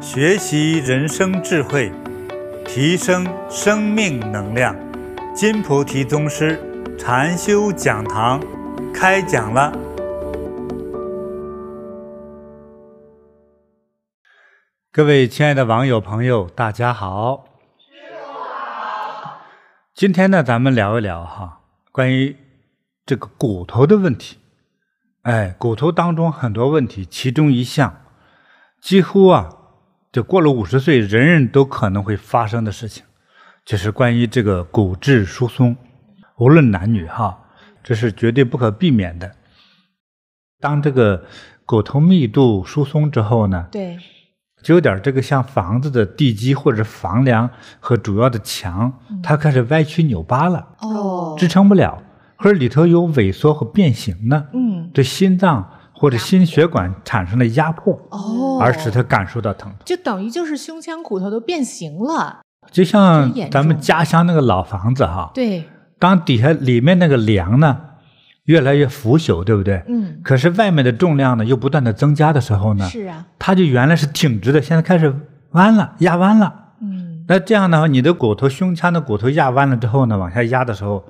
学习人生智慧，提升生命能量。金菩提宗师禅修讲堂开讲了。各位亲爱的网友朋友，大家好。今天呢，咱们聊一聊哈，关于这个骨头的问题。哎，骨头当中很多问题，其中一项几乎啊，就过了五十岁，人人都可能会发生的事情，就是关于这个骨质疏松，无论男女哈，这是绝对不可避免的。当这个骨头密度疏松之后呢，对，就有点这个像房子的地基或者房梁和主要的墙，嗯它开始歪曲扭巴了，哦，支撑不了，或者里头有萎缩和变形呢，嗯，对心脏或者心血管产生了压迫，哦，而使他感受到疼痛。就等于就是胸腔骨头都变形了，就像真严重咱们家乡那个老房子哈，对，当底下里面那个梁呢越来越腐朽，对不对？嗯，可是外面的重量呢又不断的增加的时候呢，是啊，它就原来是挺直的，现在开始弯了，压弯了。嗯，那这样的话，你的骨头、胸腔的骨头压弯了之后呢，往下压的时候，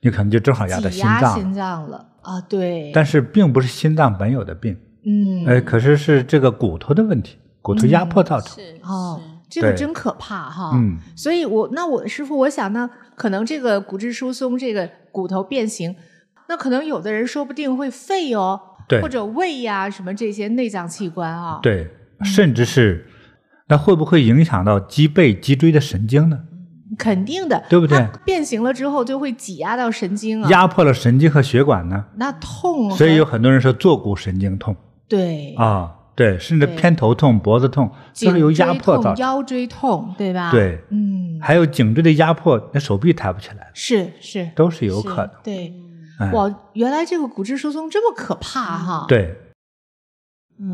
你可能就正好压到挤心压脏了。心脏了啊，对，但是并不是心脏本有的病，嗯，呃，可是是这个骨头的问题，骨头压迫造成。是哦这是，个对真可怕哈，嗯，所以我那我师傅，我想呢，可能这个骨质疏松，这个骨头变形，那可能有的人说不定会肺哦，对或者胃呀、什么这些内脏器官啊，，对，甚至是那会不会影响到脊背、脊椎的神经呢？肯定的，对不对它变形了之后就会挤压到神经啊，压迫了神经和血管呢？那痛和，所以有很多人说坐骨神经痛嗯对啊，对，甚至对偏头痛、脖子痛，都是由压迫造颈椎痛、成。腰椎痛，对吧？，对，嗯，还有颈椎的压迫，那手臂抬不起来了，是是，都是有是可能。对，嗯哎哇，原来这个骨质疏松这么可怕嗯哈！，嗯对，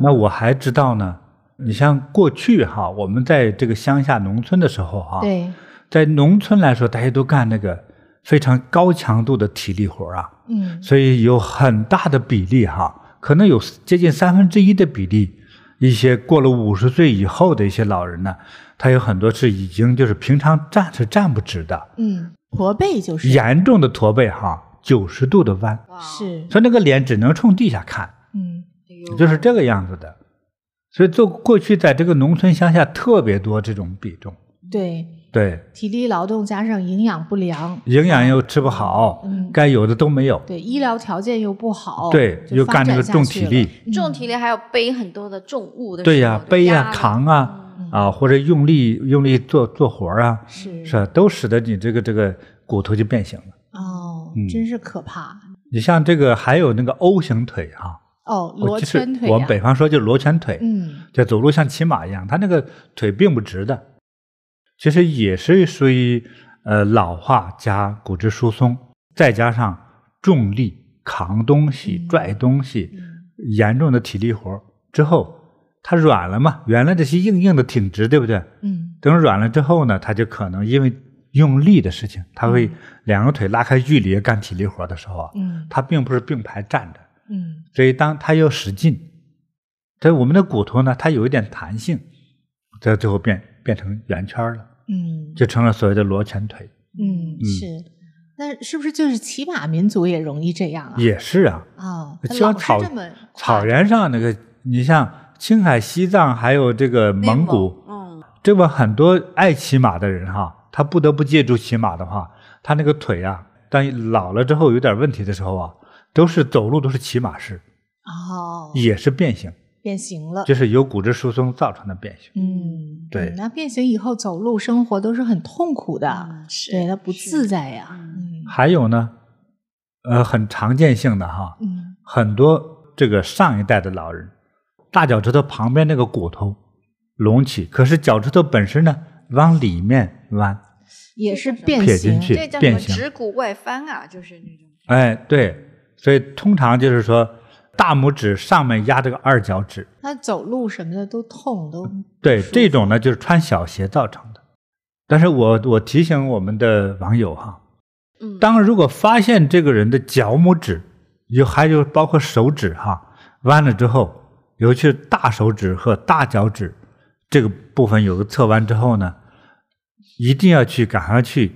那我还知道呢。你像过去哈，我们在这个乡下农村的时候哈，对，在农村来说，大家都干那个非常高强度的体力活儿啊，嗯，所以有很大的比例哈，可能有接近三分之一的比例，一些过了五十岁以后的一些老人呢，他有很多是已经就是平常站是站不直的，嗯，驼背就是严重的驼背哈，九十度的弯，哇，是，所以那个脸只能冲地下看。嗯，哎呦就是这个样子的。所以，做过去在这个农村乡下特别多这种比重，对，对，体力劳动加上营养不良，营养又吃不好，嗯，该有的都没有，对，医疗条件又不好，对，哦就又发干这展个下重去体了，力，重体力，还有背很多的重物的时候，对呀、就背呀、压力扛啊，嗯啊，或者用力用力做做活儿啊，是是吧？都使得你这个这个骨头就变形了。哦嗯，真是可怕你像这个还有那个 O 型腿哈、哦，我罗就是圈腿我呀们，北方说就是罗圈腿，嗯，就走路像骑马一样，他那个腿并不直的，其实也是属于呃老化加骨质疏松，再加上重力扛东西、嗯拽东西，严重的体力活儿之后，它软了嘛，原来这些硬硬的挺直，对不对？嗯，等软了之后呢，它就可能因为用力的事情，它会两个腿拉开距离干体力活儿的时候啊，嗯，它并不是并排站着，嗯，所以当它要使劲，这我们的骨头呢，它有一点弹性，这最后变变成圆圈了，嗯，就成了所谓的罗圈腿。嗯，是。那是不是就是骑马民族也容易这样啊？也是啊，啊，就像老是草这么草原上那个，你像青海、西藏，还有这个内蒙古，嗯，这么很多爱骑马的人哈，他不得不借助骑马的话，他那个腿啊，当老了之后有点问题的时候啊，都是走路都是骑马式，哦，也是变形，变形了，就是由骨质疏松造成的变形。嗯，对嗯那变形以后走路、生活都是很痛苦的，嗯是对，它不自在呀，嗯嗯还有呢，呃，很常见性的哈，嗯，很多这个上一代的老人，大脚趾头旁边那个骨头隆起，可是脚趾头本身呢往里面弯，也是这叫变撇形进，去这叫什变么形指骨外翻啊，就是那种哎，对，所以通常就是说大拇指上面压这个二脚趾，它走路什么的都痛，都对，这种呢就是穿小鞋造成的。但是我我提醒我们的网友哈，嗯当如果发现这个人的脚拇指，有还有包括手指哈弯了之后，尤其是大手指和大脚趾，这个部分有个测完之后呢，一定要去赶快去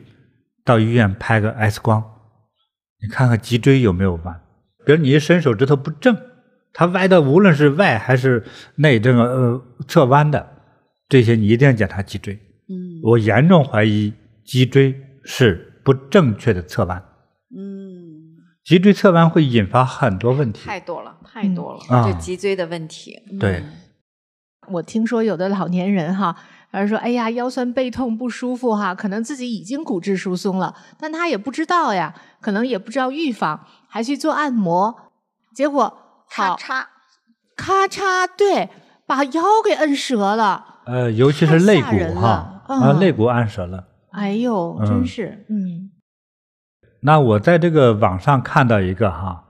到医院拍个 X 光，你看看脊椎有没有弯。比如你一伸手指头不正，它歪的无论是外还是内这个呃侧弯的，这些你一定要检查脊椎。嗯我严重怀疑脊椎是不正确的侧弯，嗯，脊椎侧弯会引发很多问题。太多了，嗯太多了，啊这脊椎的问题。嗯对，我听说有的老年人哈，他说：“哎呀，腰酸背痛不舒服哈，可能自己已经骨质疏松了，但他也不知道呀，可能也不知道预防，还去做按摩，结果咔好嚓，咔嚓，对，把腰给摁折了。呃，尤其太是肋吓骨人哈了，啊，嗯肋骨按折了。哎呦，嗯真是，嗯那我在这个网上看到一个哈，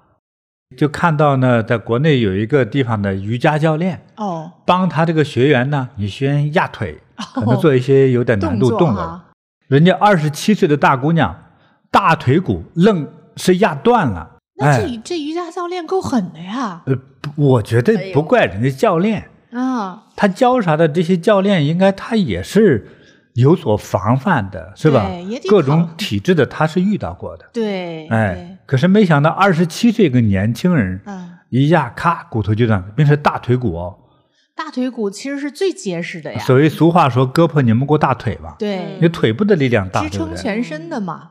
就看到呢，在国内有一个地方的瑜伽教练，哦，帮他这个学员呢，你学员压腿，可能哦做一些有点难动度作动哈、作，人家二十七岁的大姑娘，大腿骨愣是压断了。那这、哎，这瑜伽教练够狠的呀！呃，不我觉哎得呦不怪人家教练，啊，他教啥的这些教练应该他也是有所防范的，是吧对也？得各种考体质的他是遇到过的。对，哎，可是没想到二十七岁一个年轻人对，嗯，一压咔骨头就断了，并且大腿骨哦。大腿骨其实是最结实的呀，所谓俗话说“胳膊拧不过大腿”嘛，啊对你，腿部的力量大，支对不撑对？全身的嘛。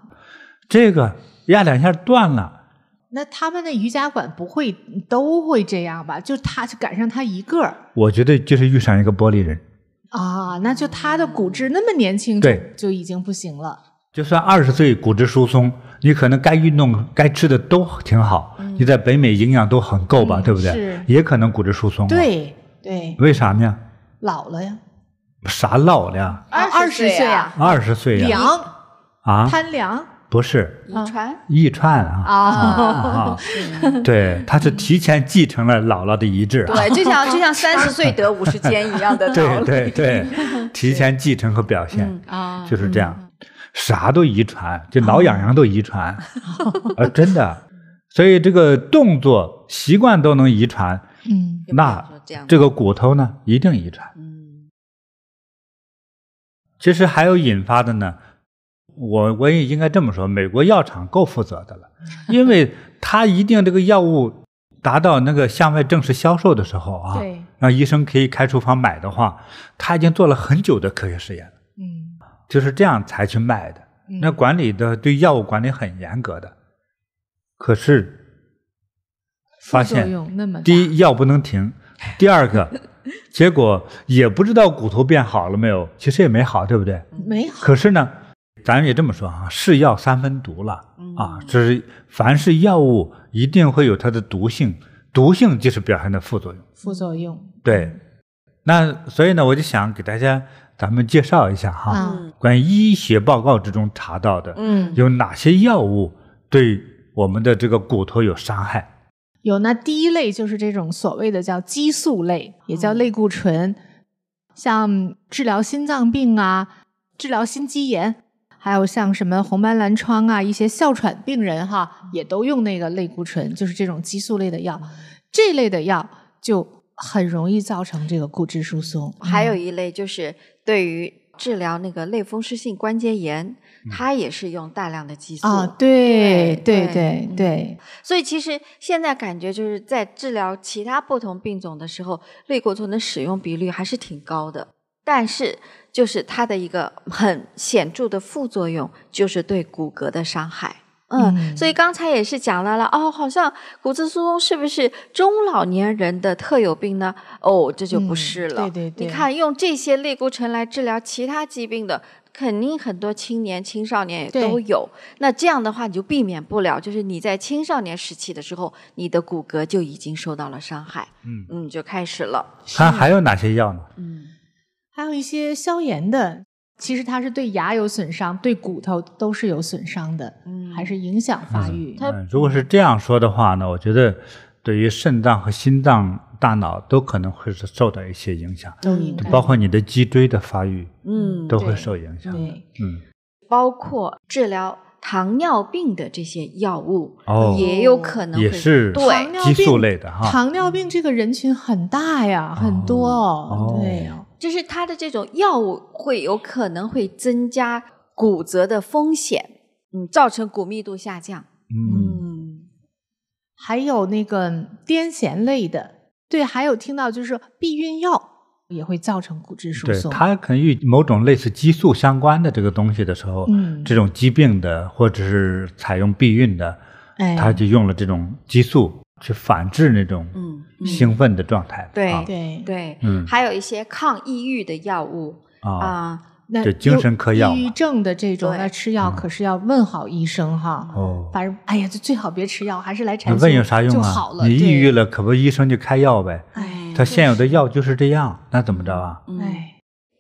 这个压两下断了，那他们的瑜伽馆不会都会这样吧？就他就赶上他一个儿我觉得就是遇上一个玻璃人。啊，那就他的骨质那么年轻就对就已经不行了。就算二十岁骨质疏松，你可能该运动、该吃的都挺好，你在北美营养都很够吧，嗯对不对是？也可能骨质疏松、，啊对对，为啥呢？老了呀，啥老了呀？啊20 20岁啊，二十岁呀、凉啊？贪凉不是遗啊传遗传啊。哦啊，啊，对，他是提前继承了姥姥的遗志啊，对，就 像就像三十岁得五十肩一样的道对对理。对，提前继承和表现嗯啊就是这样，啥都遗传，就挠痒痒都遗 传啊，真的，所以这个动作习惯都能遗传，嗯有没有那说这样这个骨头呢一定遗传。嗯其实还有引发的呢，我我也应该这么说，美国药厂够负责的了，嗯因为它一定这个药物达到那个向外正式销售的时候啊，对，让医生可以开处方买的话，他已经做了很久的科学实验了，嗯，就是这样才去卖的。嗯那管理的对药物管理很严格的，可是发副作现用那么大第一药不能停，第二个结果也不知道骨头变好了没有，其实也没好，对不对？没好可是呢，咱也这么说啊，是药三分毒了啊嗯，这是凡是药物一定会有它的毒性，毒性就是表现的副作用。副作用对，那所以呢，我就想给大家咱们介绍一下哈，啊嗯关于医学报告之中查到的、嗯有哪些药物对我们的这个骨头有伤害。有那第一类就是这种所谓的叫激素类，也叫嗯类固醇，像治疗心脏病啊、治疗心肌炎，还有像什么红斑狼疮啊，一些哮喘病人哈也都用那个类固醇，就是这种激素类的嗯药。这类的药就很容易造成这个骨质疏松，嗯还有一类就是对于治疗那个类风湿性关节炎，它也是用大量的激素。嗯啊，对对对对对嗯对，所以其实现在感觉就是在治疗其他不同病种的时候，类固醇的使用比率还是挺高的。但是就是它的一个很显著的副作用，就是对骨骼的伤害。嗯，嗯所以刚才也是讲到了哦，好像骨质疏松是不是中老年人的特有病呢？哦，这就不嗯是了。对对对你看用这些类固醇来治疗其他疾病的，肯定很多青年、青少年也对都有。那这样的话，你就避免不了，就是你在青少年时期的时候，你的骨骼就已经受到了伤害，嗯，嗯，就开始了，看还有哪些药呢？嗯还有一些消炎的，其实它是对牙有损伤，对骨头都是有损伤的。嗯还是影响发育。它嗯，如果是这样说的话呢，我觉得对于肾脏和心脏、大脑都可能会是受到一些影响，都应嗯该包括你的脊椎的发育嗯，都会对受影响。对，嗯，包括治疗糖尿病的这些药物，哦也有可能也会是糖对尿激病素类的哈。糖尿病这个人群很大呀，很多哦哦，对哦哦，就是它的这种药物会有可能会增加骨折的风险，嗯，造成骨密度下降。嗯，嗯，还有那个癫痫类的，对，还有听到就是避孕药也会造成骨质疏对，松。它可能与某种类似激素相关的这个东西的时候，嗯这种疾病的或者是采用避孕的，哎它就用了这种激素去反制那种嗯嗯兴奋的状态。对啊对，对，嗯还有一些抗抑郁的药物啊，啊，那对精神科有药抑郁嘛嗯症的这种，对那吃药可是要问好医生哈。哦，反正哎呀，就最好别吃药，还是来那产问修有啥用就啊好？了。你抑郁对，了，可不医生就开药呗。哎他现有的药就是这样，那怎么着啊？嗯，哎，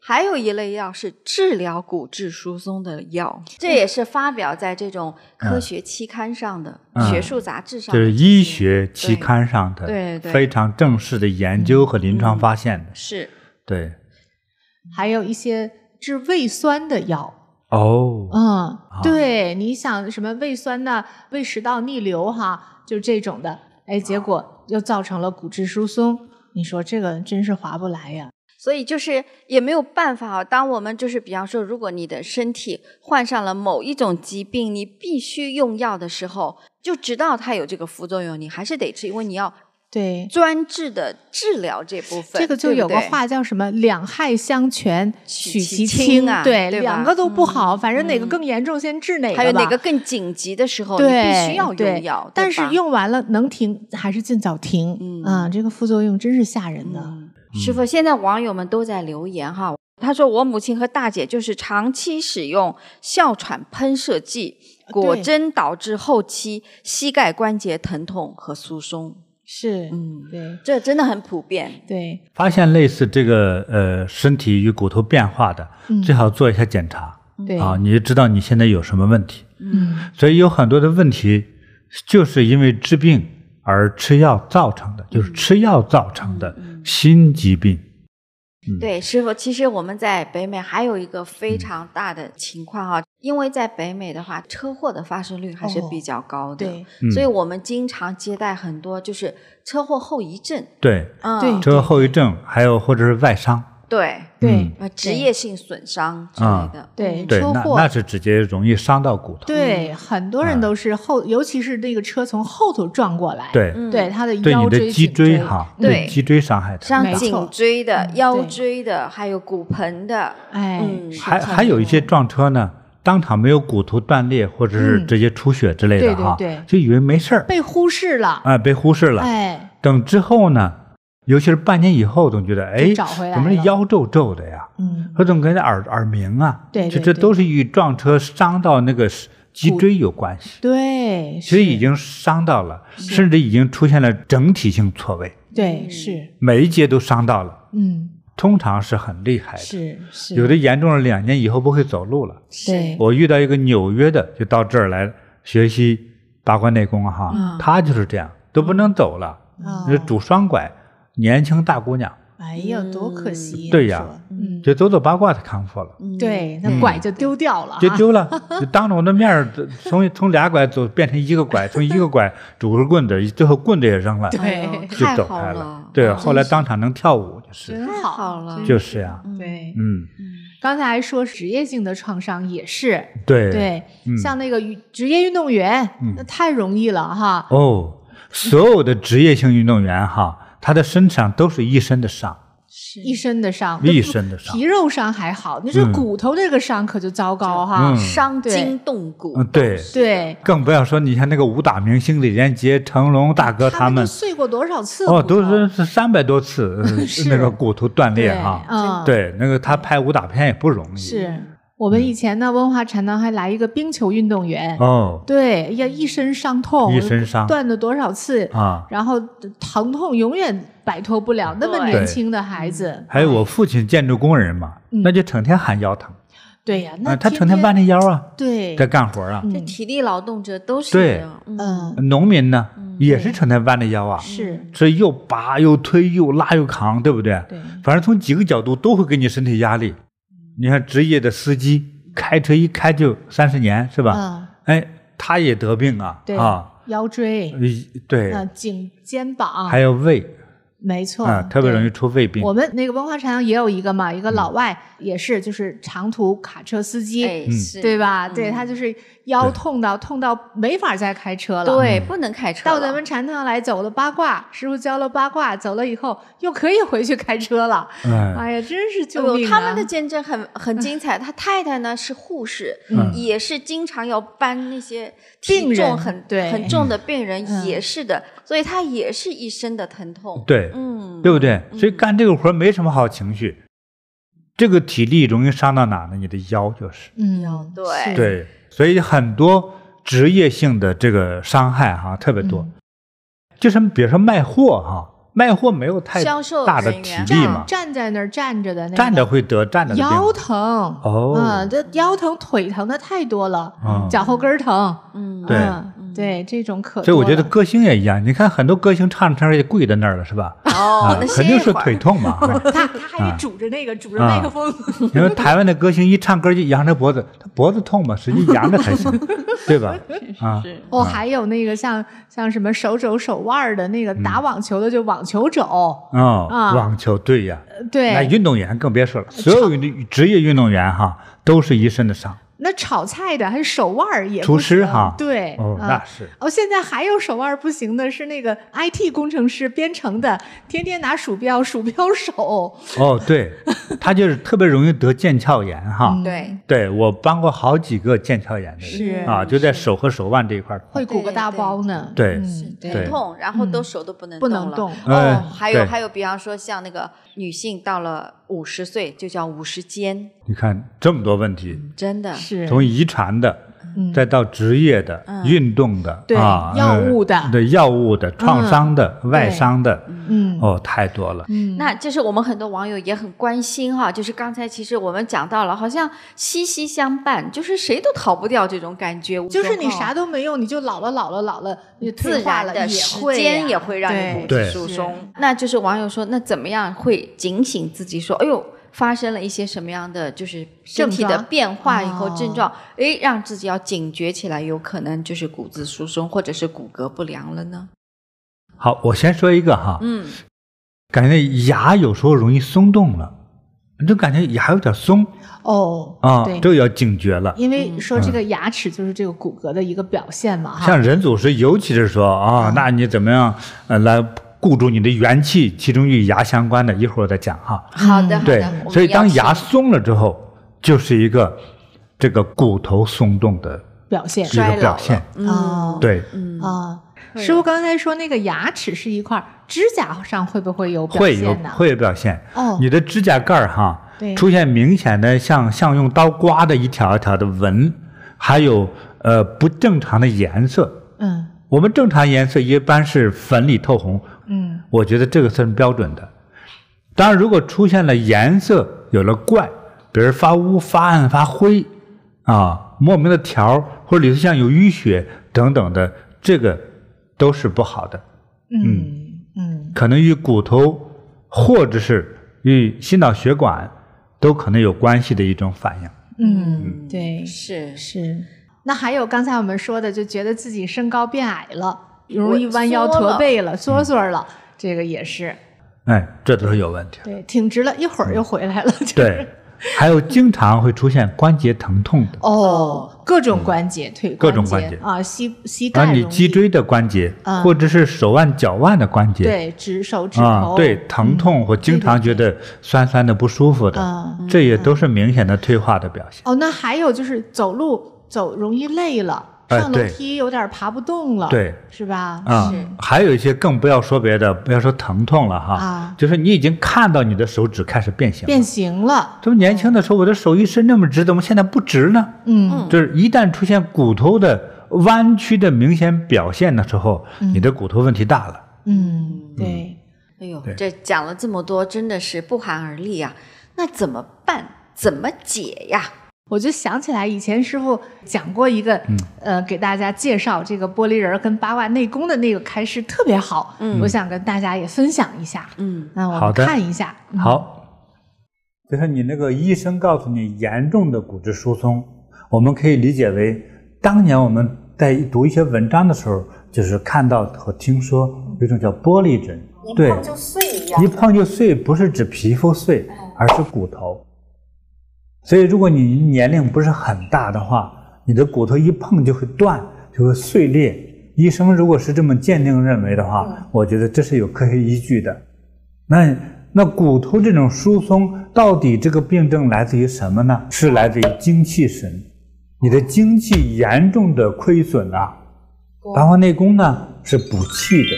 还有一类药是治疗骨质疏松的药，嗯这也是发表在这种科学期刊上的、嗯学术杂志上就的是这些医学期刊上的对对非常正式的研究和临床发现的，是对还有一些治胃酸的药，哦，嗯，对，你想什么胃酸呐、胃食道逆流哈，就这种的，啊哎，结果又造成了骨质疏松。你说这个真是划不来呀。所以就是也没有办法啊。当我们就是比方说，如果你的身体患上了某一种疾病，你必须用药的时候，就知道它有这个副作用，你还是得吃，因为你要对，专制的治疗这部分。这个就对不有个对话叫什么“两害相权取取其其轻啊对，对吧两个都不好，反正哪个嗯更严重，先治哪个吧。还有哪个更紧急的时哦候，你对必须要对用药，但对吧是用完了能停还是尽早停。嗯啊，这个副作用真是吓人的。嗯，师傅，现在网友们都在留言哈，他说我母亲和大姐就是长期使用哮喘喷射剂，果对真导致后期膝盖关节疼痛和疏松。是，嗯，对这真的很普遍。对，发现类似这个呃身体与骨头变化的，嗯最好做一下检查对啊，你就知道你现在有什么问题。嗯，所以有很多的问题就是因为治病而吃药造成嗯的，就是吃药造成的新疾病。嗯对，师傅，其实我们在北美还有一个非常大的情况哈，因为在北美的话，车祸的发生率还是哦比较高的，对，嗯所以我们经常接待很多就是车祸后遗症。对，嗯，对这个后遗症，还有或者是外伤，对，嗯对啊呃，职业性损伤之类的。嗯对对，车那祸那是直接容易伤到骨头。对，很多嗯人都是后，尤其是那个车从后头撞过来，对，嗯对，他的对你腰的椎、脊颈椎哈，对脊椎伤害的。像没颈错椎的、嗯腰对椎的，还有骨盆的，哎，嗯，还还有一些撞车呢，当场没有骨头断裂，或者是嗯直接出血之类的对对哈，对就以为没事儿，被忽视了，啊，被忽视了。哎，等之后呢，尤其是半年以后，总觉得哎，找回来怎么这了腰皱皱的呀？嗯，何总跟那耳耳鸣啊，对这对这对都是与撞车伤到那个是脊椎有关系，对，其实是已经伤到了，甚至已经出现了整体性错位，对嗯是，每一节都伤到了，嗯，通常是很厉害的。是是，哎有的严重了，两年以后不会走路了。对我遇到一个纽约的，就到这儿来学习八卦内功啊哈，嗯她就是这样，都不能走了，啊那，拄双拐，年轻大姑娘，哎呀，多可惜，对你呀说，嗯，就走走八卦她康复了。嗯对，那拐就丢掉了，嗯就哈，丢了，就当着我的面儿，从从俩拐走变成一个拐，从一个拐拄着棍子，最后棍子也扔了，哎呦，对 就太走好开了，对，真后来当场能跳舞，就是真太好了真就是呀，对，嗯，刚才还说职业性的创伤也是，对，对嗯，像那个运职业运动员，那太容易了哈，哦，所有的职业性运动员哈，他的身上都是一身的伤，一身的伤，一身的伤皮，肉伤还好，你这嗯骨头这个伤可就糟糕哈。嗯伤对筋动骨，嗯，对，对，更不要说你像那个武打明星李连杰、成龙大哥他们都，碎过多少次哦，骨头都是是三百多 次呃是那个骨头断裂对哈，嗯，，对，那个他拍武打片也不容易，是我们以前呢，文化产堂还来一个冰球运动员，哦，对，呀，一身伤痛，一身伤断了多少次，啊。然后疼痛永远摆脱不了。那么对年轻的孩子，还有我父亲建筑工人嘛，哎嗯那就整天喊腰疼，对呀，啊，那他成天弯着腰啊，对，在干活啊。这体力劳动者都是对这样，嗯嗯，农民呢，也是成天弯着腰啊，是，这又拔又推又拉又扛，对不对？对，反正从几个角度都会给你身体压力。你看职业的司机开车一开就三十年，是吧？嗯，哎，他也得病啊对啊，，腰椎，啊呃对，嗯，颈肩膀，还有胃，没错，啊，特别容易对出胃病。我们那个文化禅也有一个嘛，一个老外也是，就是长途卡车司机，哎，嗯是对吧？嗯对他就是腰对痛到痛到没法再开车了。对，嗯不能开车到了。咱们禅堂来走了八卦，师傅教了八卦，走了以后又可以回去开车了。哎，哎呀，真是救有命、啊他们的见证很很精彩。他太太呢是护士，嗯也是经常要搬那些病体人重很对很重的病人，嗯也是的，所以他也是一身的疼痛。对，嗯，对不对？所以嗯干这个活儿没什么好情绪，这个体力容易伤到哪呢？你的腰就是。嗯，对是，对，所以很多职业性的这个伤害哈、特别多，嗯就是比如说卖货哈、卖货没有太销售大的人体员啊力嘛站，站在那儿站着的那个站着会得站着的病腰疼哦嗯，这腰疼腿疼的太多了，嗯脚后跟儿疼，嗯，对嗯对，这种可所以我多觉得了歌星也一样，你看很多歌星唱着唱着也跪在那儿了，是吧？哦啊，那，歇肯定一是会儿腿痛 嘛，啊他他还啊得拄着那个拄着啊麦克风，因为台湾的歌星一唱歌就扬着脖子，他脖子痛嘛，使劲扬着才 行，对吧？啊，是哦，还有那个像像什么手肘手腕儿的那嗯个打网球的就网球肘，哦，啊网球队呀，那对，运动员更别说了，所有的职业运动员哈都是一身的伤。那炒菜的还手腕儿也不厨师行哈对，哦，啊那是哦，现在还有手腕不行的是那个 IT 工程师编程的，天天拿鼠标，鼠标手。哦，对，他就是特别容易得腱鞘炎哈。嗯对，嗯对我帮过好几个腱鞘炎的人是啊，就在手和手腕这一块儿。会鼓个大包呢。对对嗯对疼痛，然后都手都不能不能了动哎哦，还有对还有，比方说像那个女性到了五十岁就叫五十肩，你看这么多问题，真的是从遗传的，嗯再到职业的、运动的、对啊、药呃物的对药物的、创伤的、外伤的，嗯哦，太多了。嗯，那就是我们很多网友也很关心哈，就是刚才其实我们讲到了，好像息息相伴，就是谁都逃不掉这种感觉。就是无你状啥况都没用，你就老了老了老了，你自退化然了的也时会呀间也会让你骨对对质疏是松。那就是网友说，那怎么样会警醒自己说，哎呦，发生了一些什么样的就是身体症的状变化以后哦症状，哎，让自己要警觉起来，有可能就是骨质疏松或者是骨骼不良了呢？好，我先说一个哈，嗯，感觉牙有时候容易松动了，你就感觉牙有点松哦啊，对嗯这。个要警觉了。因嗯为说这个牙齿就是这个骨骼的一个表现嘛，哈，像人祖师，尤其是说嗯啊，那你怎么样呃来固住你的元气？其中与牙相关的，一会儿我再讲哈。好的，好嗯对的。我，们所以当要牙请松了之后，就是一个这个骨头松动的表现一个嗯衰老表了现。哦嗯，对，嗯啊。会师有傅刚才说那个牙齿是一块儿，指甲上会不会有表会有现呢？会有表现。哦你的指甲盖儿哈对，出现明显的像像用刀刮的一条一条的纹，还有呃不正常的颜色。嗯我们正常颜色一般是粉里透红，嗯我觉得这个算是标准的。当然，如果出现了颜色有了怪，比如发乌、发暗、发灰啊，莫名的条儿或者里头像有淤血等等的，这个都是不好的，嗯嗯可能与骨头或者是与心脑血管都可能有关系的一种反应。嗯，对，是是。那还有刚才我们说的，就觉得自己身高变矮了，容易弯腰缩驼了背了、嗯缩缩了，这个也是哎，这都是有问题的。对，挺直了，一会儿又 回来了。就是嗯 对，还有经常会出现关节疼痛的，哦，各种关节，腿嗯各种关关节啊，膝膝盖而容易，你脊椎的关节嗯，或者是手腕、脚腕的关节，对指手指啊头，嗯对疼痛或经常觉得酸酸的不舒服的，啊。这也都是明显的退化的表现。哦，那还有就是走路走容易累了，哎上楼对梯有点爬不动了，对，是吧？啊是，还有一些更不要说别的，不要说疼痛了哈，啊就是你已经看到你的手指开始变形了。变形了，怎么年轻的时候我的手一伸那么直，怎么现在不直呢？嗯就是一旦出现骨头的弯曲的明显表现的时候，你的骨头问题大了。嗯，对。哎呦对，这讲了这么多，真的是不寒而栗啊！那怎么办？怎么解呀？我就想起来以前师傅讲过一个，嗯呃，给大家介绍这个玻璃人儿跟八卦内功的那个开示特别好，嗯我想跟大家也分享一下。嗯，那我好们的看一下，嗯，好，就是你那个医生告诉你严重的骨质疏松，我们可以理解为，当年我们在读一些文章的时候，就是看到和听说有一种叫玻璃疹，一对碰就碎一样嗯一。碰就碎，不是指皮肤碎，而是骨头。所以，如果你年龄不是很大的话，你的骨头一碰就会断，就会碎裂。医生如果是这么鉴定认为的话，嗯我觉得这是有科学依据的。那那骨头这种疏松，到底这个病症来自于什么呢？是来自于精气神，你的精气严重的亏损啊。八方内功呢是补气的，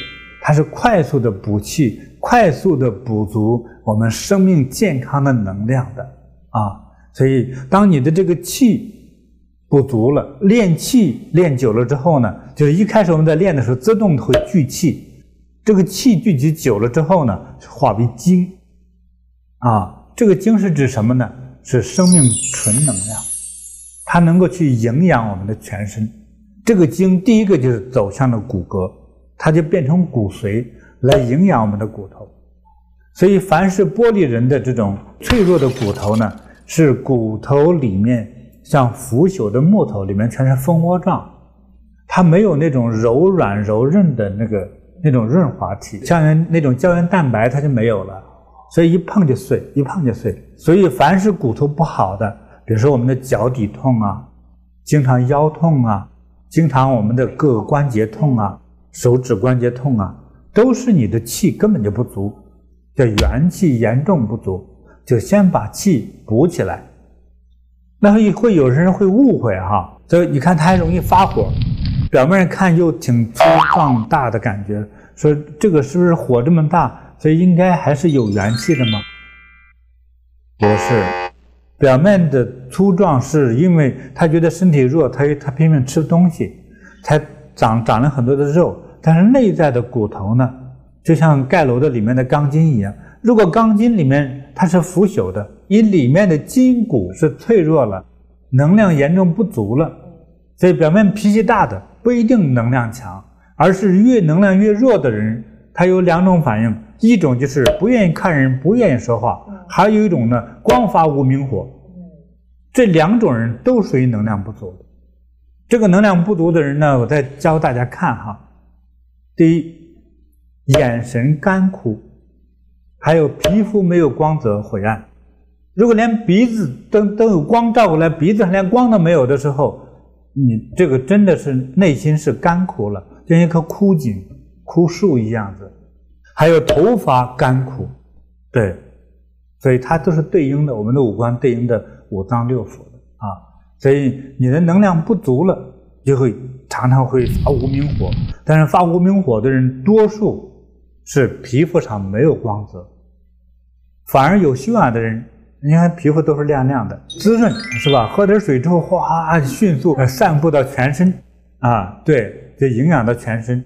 它是快速的补气，快速的补足我们生命健康的能量的啊。所以，当你的这个气不足了，练气练久了之后呢，就是一开始我们在练的时候，自动会聚气，这个气聚集久了之后呢，化为精啊。这个精是指什么呢？是生命纯能量，它能够去营养我们的全身。这个经第一个就是走向了骨骼，它就变成骨髓来营养我们的骨头。所以，凡是玻璃人的这种脆弱的骨头呢，是骨头里面像腐朽的木头，里面全是蜂窝状，它没有那种柔软柔韧的那个那种润滑体，胶原那种胶原蛋白它就没有了，所以一碰就碎，一碰就碎。所以，凡是骨头不好的，比如说我们的脚底痛啊，经常腰痛啊，经常我们的各个关节痛啊，手指关节痛啊，都是你的气根本就不足，叫元气严重不足，就先把气补起来。那会会有人会误会哈、所以你看他还容易发火，表面看又挺粗壮大的感觉，说这个是不是火这么大，所以应该还是有元气的吗？不是，表面的粗壮是因为他觉得身体弱，他他拼命吃东西，才长长了很多的肉。但是内在的骨头呢，就像盖楼的里面的钢筋一样，如果钢筋里面它是腐朽的，你里面的筋骨是脆弱了，能量严重不足了，所以表面脾气大的不一定能量强，而是越能量越弱的人，他有两种反应，一种就是不愿意看人，不愿意说话，还有一种呢，光发无名火。这两种人都属于能量不足的。这个能量不足的人呢，我再教大家看哈。第一，眼神干枯，还有皮肤没有光泽晦暗。如果连鼻子都都有光照过来，鼻子上连光都没有的时候，你这个真的是内心是干枯了，就像一棵枯井、枯树一样子。还有头发干枯，对，所以它都是对应的我们的五官对应的五脏六腑的啊。所以你的能量不足了，就会常常会发无名火。但是发无名火的人，多数是皮肤上没有光泽，反而有修养的人，你看皮肤都是亮亮的、滋润，是吧？喝点水之后，哗，迅速呃散布到全身啊，对，就营养到全身。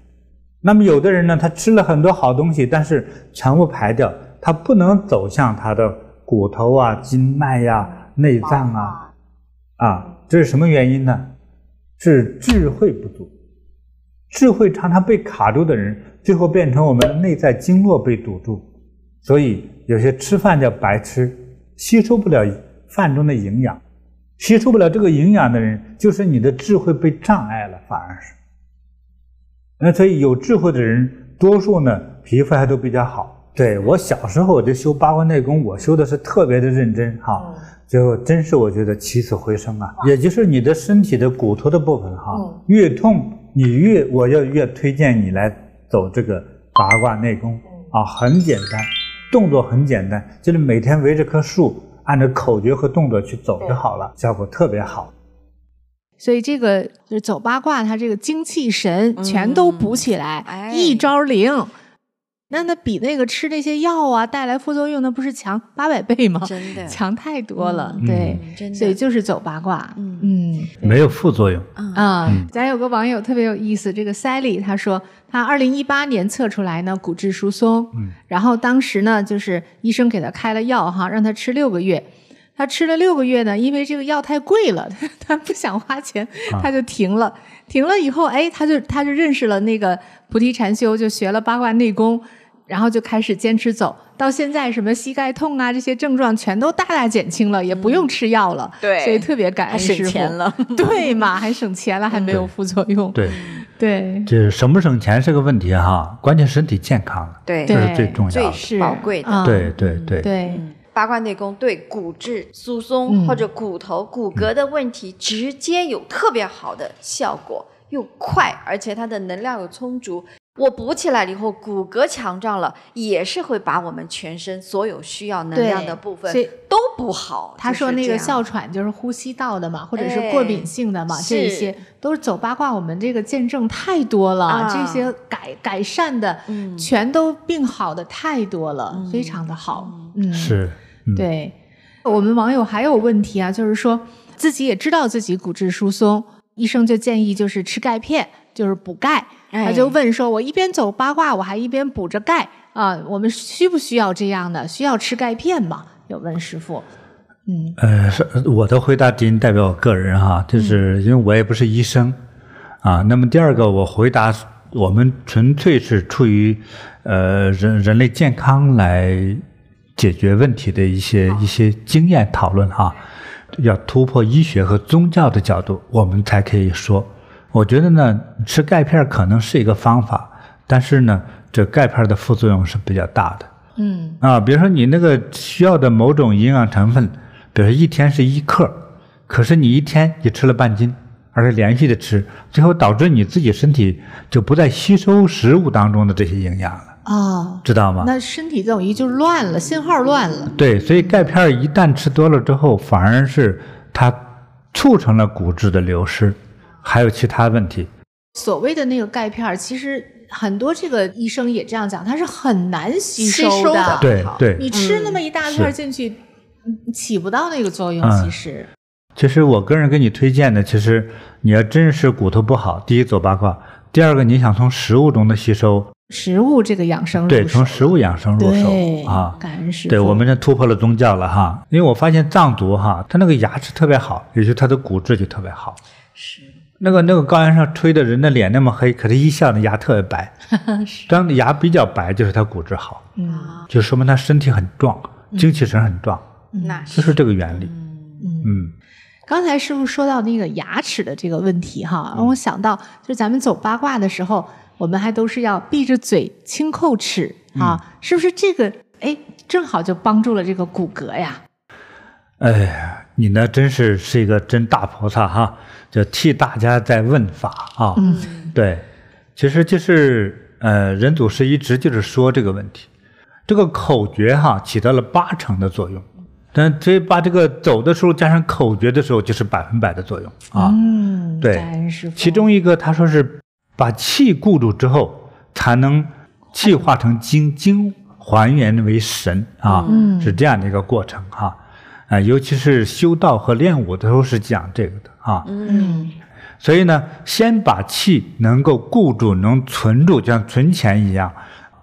那么有的人呢，他吃了很多好东西，但是全部排掉，他不能走向他的骨头啊、筋脉呀、内脏啊，啊，这是什么原因呢？是智慧不足，智慧常常被卡住的人，最后变成我们内在经络被堵住，所以有些吃饭叫白吃，吸收不了饭中的营养，吸收不了这个营养的人，就是你的智慧被障碍了，反而是。那所以有智慧的人，多数呢皮肤还都比较好。对我小时候我就修八关内功，我修的是特别的认真哈，就真是我觉得起死回生啊。也就是你的身体的骨头的部分哈，嗯越痛你越我要越推荐你来走这个八卦内功嗯啊，很简单，动作很简单，就是每天围着棵树，按照口诀和动作去走就好了，效果特别好。所以这个就是走八卦，它这个精气神全都补起来，嗯嗯哎一招灵。那那比那个吃那些药啊带来副作用，那不是强八百倍吗？真的，强太多了，嗯对。哦嗯真的，所以就是走八卦，嗯嗯没有副作用，啊嗯，咱有个网友特别有意思，这个 Sally 她说，她二零一八年测出来呢骨质疏松，嗯然后当时呢就是医生给她开了药哈，让她吃六个月。她吃了六个月呢，因为这个药太贵了， 她不想花钱，啊她就停了。停了以后，哎，她就她就认识了那个菩提禅修，就学了八卦内功，然后就开始坚持走，到现在什么膝盖痛啊这些症状全都大大减轻了，也不用吃药了。嗯对所以特别感还恩师省傅。钱了，对嘛，还省钱了，还没有副作用。对，对这省不省钱是个问题哈，关键身体健康了， 对这对是最重要最的。是宝贵的啊对对对对嗯八卦内功对骨质疏嗯松或者骨头骨骼的问题直接有特别好的效果，又快，而且它的能量又充足。我补起来了以后，骨骼强壮了，也是会把我们全身所有需要能量的部分所以都补好。他说就是那这个样哎哮喘就是呼吸道的嘛，或者是过敏性的嘛，这一是些都是走八卦，我们这个见证太多了，啊这些改改善的，嗯全都病好的太多了，嗯非常的好，嗯，，是，嗯，对。我们网友还有问题啊，就是说自己也知道自己骨质疏松，医生就建议就是吃钙片，就是补钙。哎他就问说：“我一边走八卦，我还一边补着钙啊，我们需不需要这样的？需要吃钙片吗？”有问师傅。嗯，呃，是我的回答仅代表我个人哈，就是因为我也不是医生啊。那么第二个，我回答我们纯粹是出于呃人人类健康来解决问题的一些一些经验讨论哈。要突破医学和宗教的角度，我们才可以说。我觉得呢，吃钙片儿可能是一个方法，但是呢，这钙片儿的副作用是比较大的。嗯，啊，比如说你那个需要的某种营养成分，比如说一天是一克，可是你一天也吃了半斤，而且连续的吃，最后导致你自己身体就不再吸收食物当中的这些营养了，哦，知道吗？那身体等于就是乱了，信号乱了。对，所以钙片儿一旦吃多了之后，反而是它促成了骨质的流失，还有其他问题。所谓的那个钙片儿，其实很多这个医生也这样讲，它是很难吸吸收收的对好对，你吃那么一大片儿进去，嗯起不到那个作用。嗯其实，其实我个人给你推荐的，其实你要真是骨头不好，第一走八卦，第二个你想从食物中的吸收，食物这个养生入手对，从食物养生入对手啊。感恩师傅。对，我们这突破了宗教了哈，因为我发现藏族哈，他那个牙齿特别好，也就他的骨质就特别好。是那个那个高原上吹的人的脸那么黑，可是一笑呢牙特别白。 当牙比较白，就是他骨质好，嗯啊，就说明他身体很壮，精气神很壮，那就是这个原理。嗯嗯，刚才师傅说到那个牙齿的这个问题哈，让嗯我想到，就是咱们走八卦的时候，我们还都是要闭着嘴轻叩齿嗯啊，是不是这个？哎，正好就帮助了这个骨骼呀。哎呀，你呢真是是一个真大菩萨哈，就替大家在问法啊。嗯对，其实就是呃，人祖师一直就是说这个问题，这个口诀哈起到了八成的作用，但所以把这个走的时候加上口诀的时候，就是百分百的作用啊。嗯，对感恩师傅。其中一个他说是把气固住之后，才能气化成精，精还原为神啊，嗯是这样的一个过程哈。啊尤其是修道和练武的时候是讲这个的啊。嗯所以呢，先把气能够固住，能存住，就像存钱一样，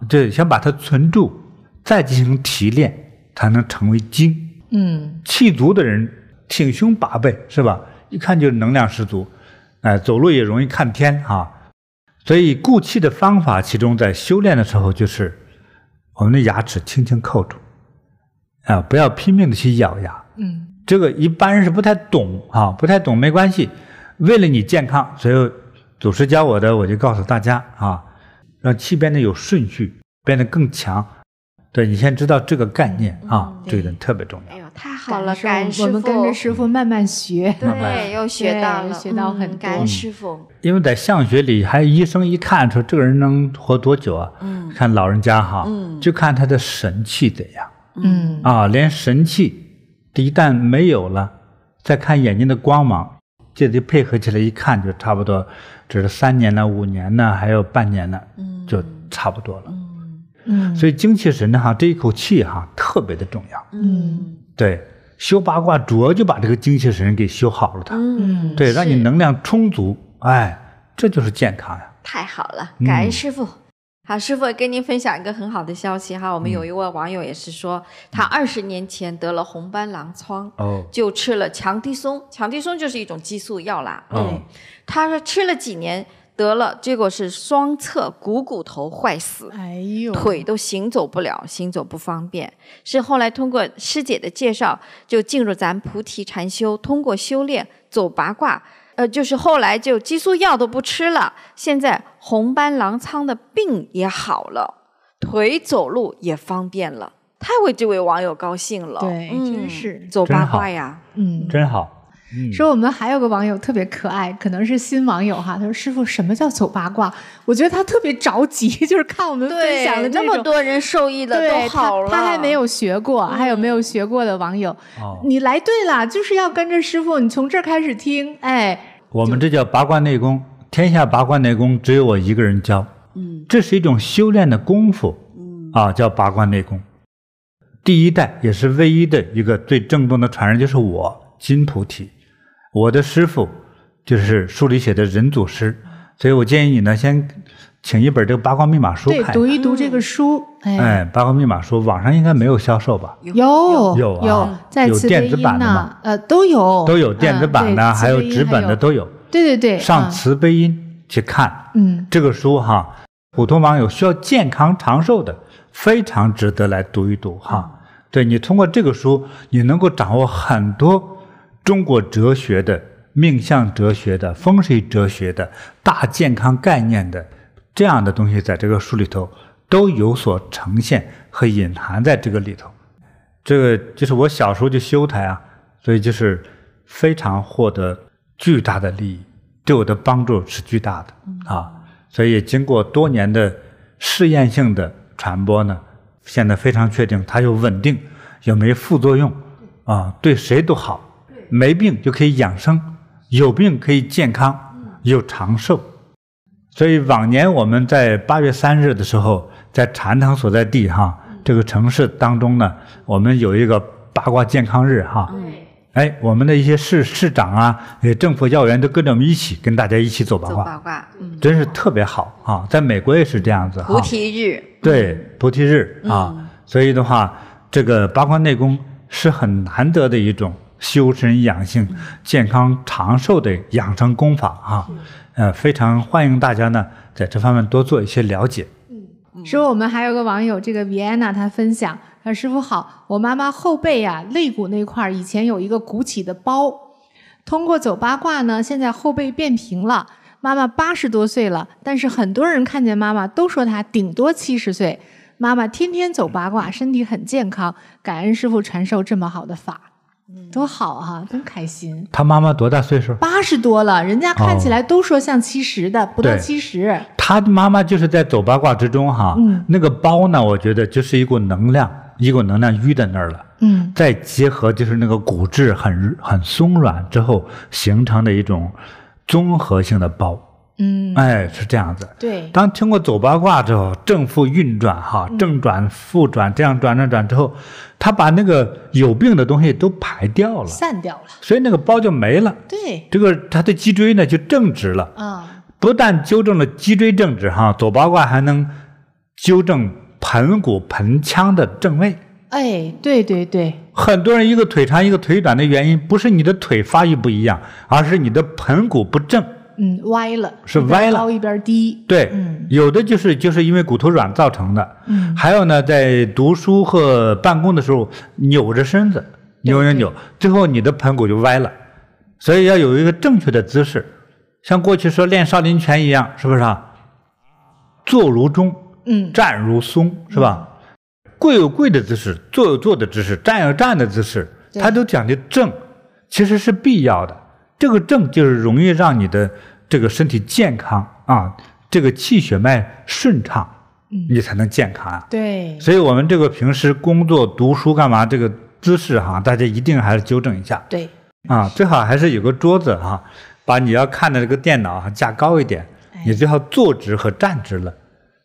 对，先把它存住，再进行提炼，才能成为精。嗯气足的人挺胸拔背，是吧？一看就是能量十足，哎、走路也容易看天啊。所以固气的方法，其中在修炼的时候，就是我们的牙齿轻轻扣住，啊、不要拼命的去咬牙，嗯这个一般人是不太懂啊，不太懂没关系。为了你健康，所以祖师教我的，我就告诉大家啊，让气变得有顺序，变得更强。对你先知道这个概念啊，这一点特别重要哎。呦，太好了，感恩感恩师傅师我们跟着傅，师傅慢慢学。慢慢对，又学对到了，学到嗯很感多恩师傅，因为在相学里，还有医生一看说这个人能活多久啊？嗯看老人家哈，嗯就看他的神气怎样嗯啊。连神气一旦没有了，再看眼睛的光芒，这得配合起来一看，就差不多，只是三年呢、五年呢，还有半年呢，嗯就差不多了。嗯嗯，所以精气神呢，哈，这一口气哈特别的重要。嗯嗯对，修八卦主要就把这个精气神给修好了它，嗯，对，让你是能量充足，哎，这就是健康呀。太好了，嗯感恩师傅。好，师傅跟您分享一个很好的消息哈，我们嗯有一位网友也是说，他二十年前得了红斑狼疮，哦，就吃了强地松，强地松就是一种激素药啦。哦，他说吃了几年得了，结果是双侧股骨头坏死，哎呦，腿都行走不了，行走不方便。是后来通过师姐的介绍，就进入咱菩提禅修，通过修炼走八卦。嗯、呃，就是后来就激素药都不吃了，现在红斑狼疮的病也好了，腿走路也方便了，太为这位网友高兴了。对嗯、真是走真八好卦呀，嗯，真好。嗯说我们还有个网友特别可爱，可能是新网友哈，他说：“师傅，什么叫走八卦？”我觉得他特别着急，就是看我们分享的那这么种多人受益了，对都好了嗯他，他还没有学过，还有没有学过的网友，哦，你来对了，就是要跟着师傅，你从这儿开始听，哎，我们这叫八卦内功，天下八卦内功只有我一个人教。嗯这是一种修炼的功夫嗯啊，叫八卦内功。第一代也是唯一的一个最正宗的传人，就是我金菩提，我的师傅就是书里写的人祖师，所以我建议你呢，先请一本这个八卦密码书对，看读一一读这个书，看。哎，嗯哎，八卦密码书网上应该没有销售吧？有有啊在有慈电悲子音版的呐吗，呃，都有，都有电子版的，嗯对还有慈悲音纸本的都有。对对对，上次慈悲音去看嗯，这个书哈，普通网友需要健康长寿的，非常值得来读一读哈。对你通过这个书，你能够掌握很多中国哲学的、命相哲学的、风水哲学的、大健康概念的这样的东西，在这个书里头都有所呈现和隐含在这个里头。这个就是我小时候就修它呀，所以就是非常获得巨大的利益，对我的帮助是巨大的啊。所以经过多年的试验性的传播呢，现在非常确定它有稳定，有没副作用啊，对谁都好，没病就可以养生，有病可以健康，有长寿。所以往年我们在八月三日的时候，在禅堂所在地哈这个城市当中呢，我们有一个八卦健康日哈。嗯哎，我们的一些市市长啊，呃，政府要员都跟着我们一起，跟大家一起走八走卦八，卦，嗯，真是特别好啊！在美国也是这样子哈菩。提日，对，菩提日嗯啊，所以的话，这个八卦内功是很难得的一种修身养性、嗯健康长寿的养生功法啊。呃，非常欢迎大家呢在这方面多做一些了解。说我们还有个网友，这个 Vienna 他分享，他说师傅好，我妈妈后背啊肋骨那块儿以前有一个鼓起的包，通过走八卦呢，现在后背变平了。妈妈八十多岁了，但是很多人看见妈妈都说她顶多七十岁。妈妈天天走八卦，身体很健康，感恩师傅传授这么好的法，多好啊，真开心。他妈妈多大岁数？八十多了，人家看起哦来都说像七十的，不到对七十。他的妈妈就是在走八卦之中哈。嗯那个包呢，我觉得就是一股能量，一股能量淤在那儿了。嗯，再结合就是那个骨质很很松软之后形成的一种综合性的包，嗯，哎，是这样子。对，当听过走八卦之后，正负运转哈，正转负转，这样转转转之后，他把那个有病的东西都排掉了，散掉了。所以那个包就没了。对，这个他的脊椎呢就正直了，啊，不但纠正了脊椎正直哈，走八卦还能纠正盆骨盆腔的正位。哎，对对对，很多人一个腿长一个腿短的原因，不是你的腿发育不一样，而是你的盆骨不正。嗯，歪了，是一边歪了高一边低，对，嗯有的就是就是因为骨头软造成的。嗯还有呢，在读书和办公的时候扭着身子，扭扭扭，最后你的盆骨就歪了。所以要有一个正确的姿势，像过去说练少林拳一样，是不是啊？坐如钟，嗯，站如松，是吧？跪有跪的姿势，坐有坐的姿势，站有站的姿势，对它都讲究正，其实是必要的。这个正就是容易让你的这个身体健康啊，这个气血脉顺畅，你才能健康啊。对，所以我们这个平时工作、读书干嘛这个姿势哈、大家一定还是纠正一下对，啊，最好还是有个桌子哈、把你要看的这个电脑啊架高一点，哎你最好坐直和站直了，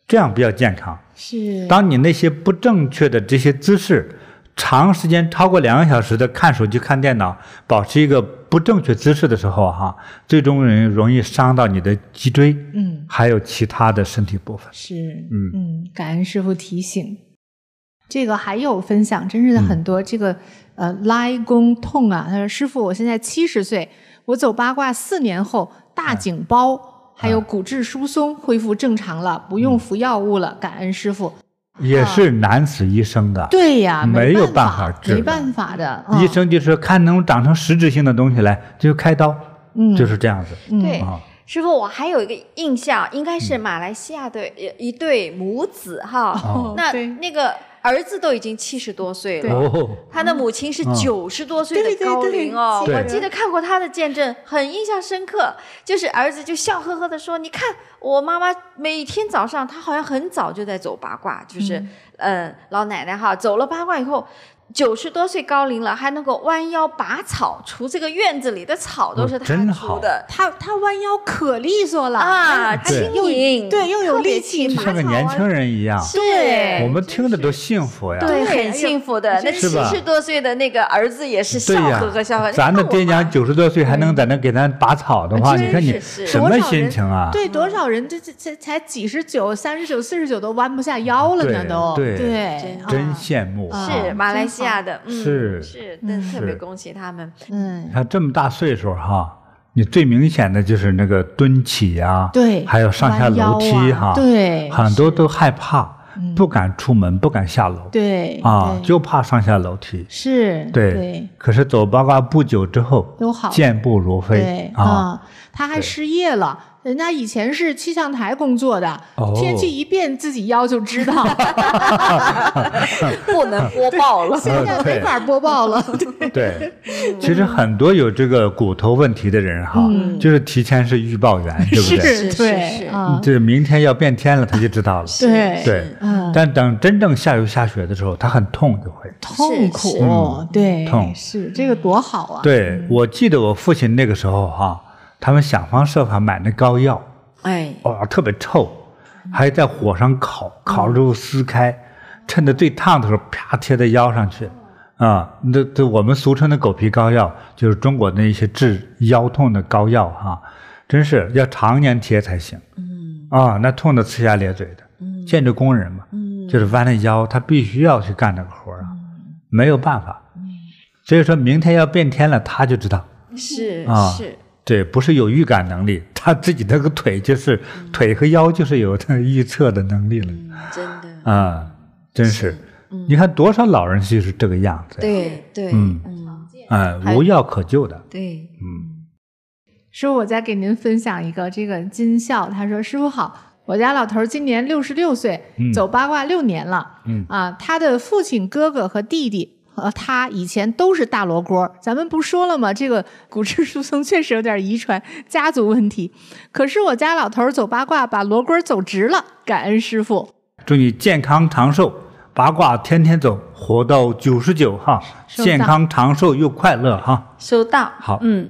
这样比较健康。是，当你那些不正确的这些姿势，长时间超过两个小时的看手机、看电脑，保持一个不正确姿势的时候，哈，最终容易容易伤到你的脊椎，嗯，还有其他的身体部分。是，嗯嗯，感恩师傅提醒。这个还有分享，真是很嗯多。这个呃，拉弓痛啊，他说师傅，我现在七十岁，我走八卦四年后，啊大颈包、还有骨质疏松恢复正常了，不嗯用服药物了，感恩师傅。也是难死医生的。对呀，没有办办法治没的办法的。医嗯生就是看能长成实质性的东西来，就开刀。嗯，就是这样子嗯对啊。师傅，我还有一个印象，应该是马来西亚的一一对母子哈，嗯哦那对那个儿子都已经七十多岁了。哦，他的母亲是嗯九十多岁的高龄哦，对对对我记得看过他的见证，很印象深刻。就是儿子就笑呵呵的说：“你看我妈妈每天早上，她好像很早就在走八卦，就是嗯、呃老奶奶哈，走了八卦以后。”九十多岁高龄了，还能够弯腰拔草，除这个院子里的草都是哦她真除好的，他他弯腰可利索了啊还有对又轻盈对，又有特别力气就轻嘛拔像个草年啊轻人一样，对我们听着都幸福呀。对，对哎呦很幸福的。那真七是吧十多岁的那个儿子也是对笑呵呵笑呵呀呵。，咱的你看我爹 娘 妈九十多岁还能在那给咱拔草的话，真你看你是什么心情啊？对，多少人这这这才几十九、三十九、四十九都弯不下腰了呢，对都对对，真真啊羡慕啊！是马来西亚的，嗯，是是，但特别是恭喜他们。嗯你，看这么大岁数哈，你最明显的就是那个蹲起呀，对还有上下弯腰楼梯啊哈，对很多都害怕，嗯不敢出门，不敢下楼，对啊，对就怕上下楼梯。是对，对可是走八卦不久之后，都好了健步如飞对啊！啊，他还对失业了。人家以前是气象台工作的，哦天气一变自己腰就 知道，不能播报 了。现在没对法播报了。对，其实很多有这个骨头问题的人哈，嗯 就是提前是预报员，对不对？是是是对啊，就是明天要变天了，他就知道了。对对，嗯，但等真正下雨下雪的时候，他很痛就会。痛是苦嗯，对，痛是这个多好啊！对，我记得我父亲那个时候哈，他们想方设法买那膏药，哎，哦，特别臭，还在火上烤，嗯烤了之后撕开，趁着最烫的时候，啪贴在腰上去。啊、那这我们俗称的狗皮膏药，就是中国的一些治腰痛的膏药哈、真是要常年贴才行。嗯啊、那痛得呲牙咧嘴的。嗯建筑工人嘛，嗯，就是弯着腰，他必须要去干这个活儿啊，没有办法。嗯所以说明天要变天了，他就知道。是啊是，对，不是有预感能力， 他自己那个腿就是腿和腰就是有他预测的能力了嗯真的，啊，真是是嗯。你看多少老人就是这个样子呀，对对，嗯嗯啊，还无药可救的，对，嗯，师傅，我再给您分享一个这个金笑，他说：“师傅好，我家老头儿今年六十六岁，嗯走八卦六年了。嗯啊，他的父亲、哥哥和弟弟和他以前都是大罗锅儿。咱们不说了吗？这个骨质疏松确实有点遗传家族问题。可是我家老头儿走八卦把罗锅儿走直了，感恩师傅。祝你健康长寿，八卦天天走，活到九十九哈，收到健康长寿又快乐哈。收到。好嗯。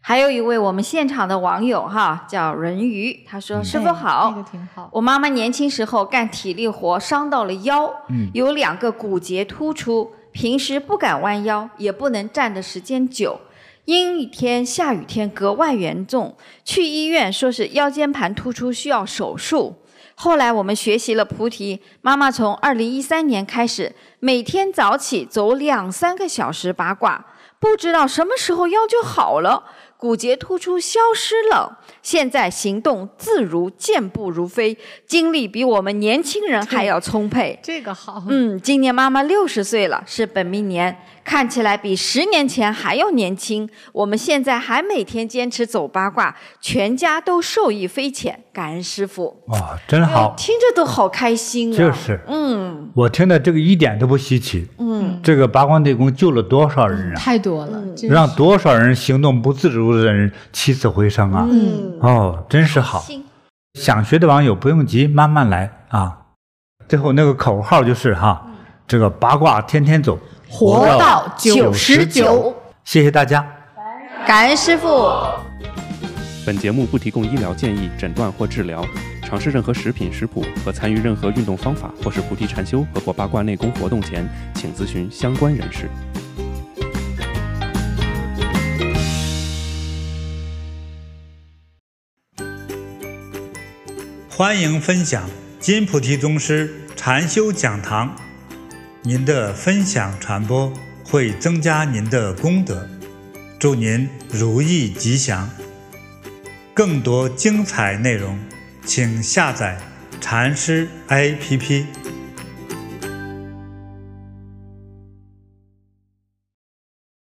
还有一位我们现场的网友哈，叫人鱼，他嗯说：“师傅哎好，嗯这个挺好。我妈妈年轻时候干体力活伤到了腰，嗯有两个骨节突出，平时不敢弯腰，也不能站的时间久。阴雨天、下雨天格外严重，去医院说是腰间盘突出需要手术。后来我们学习了菩提，妈妈从二零一三年开始，每天早起走两三个小时八卦，不知道什么时候腰就好了，骨节突出消失了。现在行动自如，健步如飞，精力比我们年轻人还要充沛。这个好，嗯，今年妈妈六十岁了，是本命年，看起来比十年前还要年轻。我们现在还每天坚持走八卦，全家都受益匪浅，感恩师傅。哎哇，真好，听着都好开心啊！就是嗯我听的这个一点都不稀奇，嗯，这个八卦内功救了多少人啊？太多了，真让是多少人行动不自如的人起死回生啊！嗯，哦，真是好。心想学的网友不用急，慢慢来啊。最后那个口号就是哈，这个八卦天天走，活到九十99九。谢谢大家。感恩师傅。本节目不提供医疗建议、诊断或治疗。尝试任何食品食谱和参与任何运动方法或是菩提禅修和或八卦内功活动前，请咨询相关人士。欢迎分享金菩提宗师禅修讲堂，您的分享传播会增加您的功德，祝您如意吉祥。更多精彩内容，请下载禅师 APP。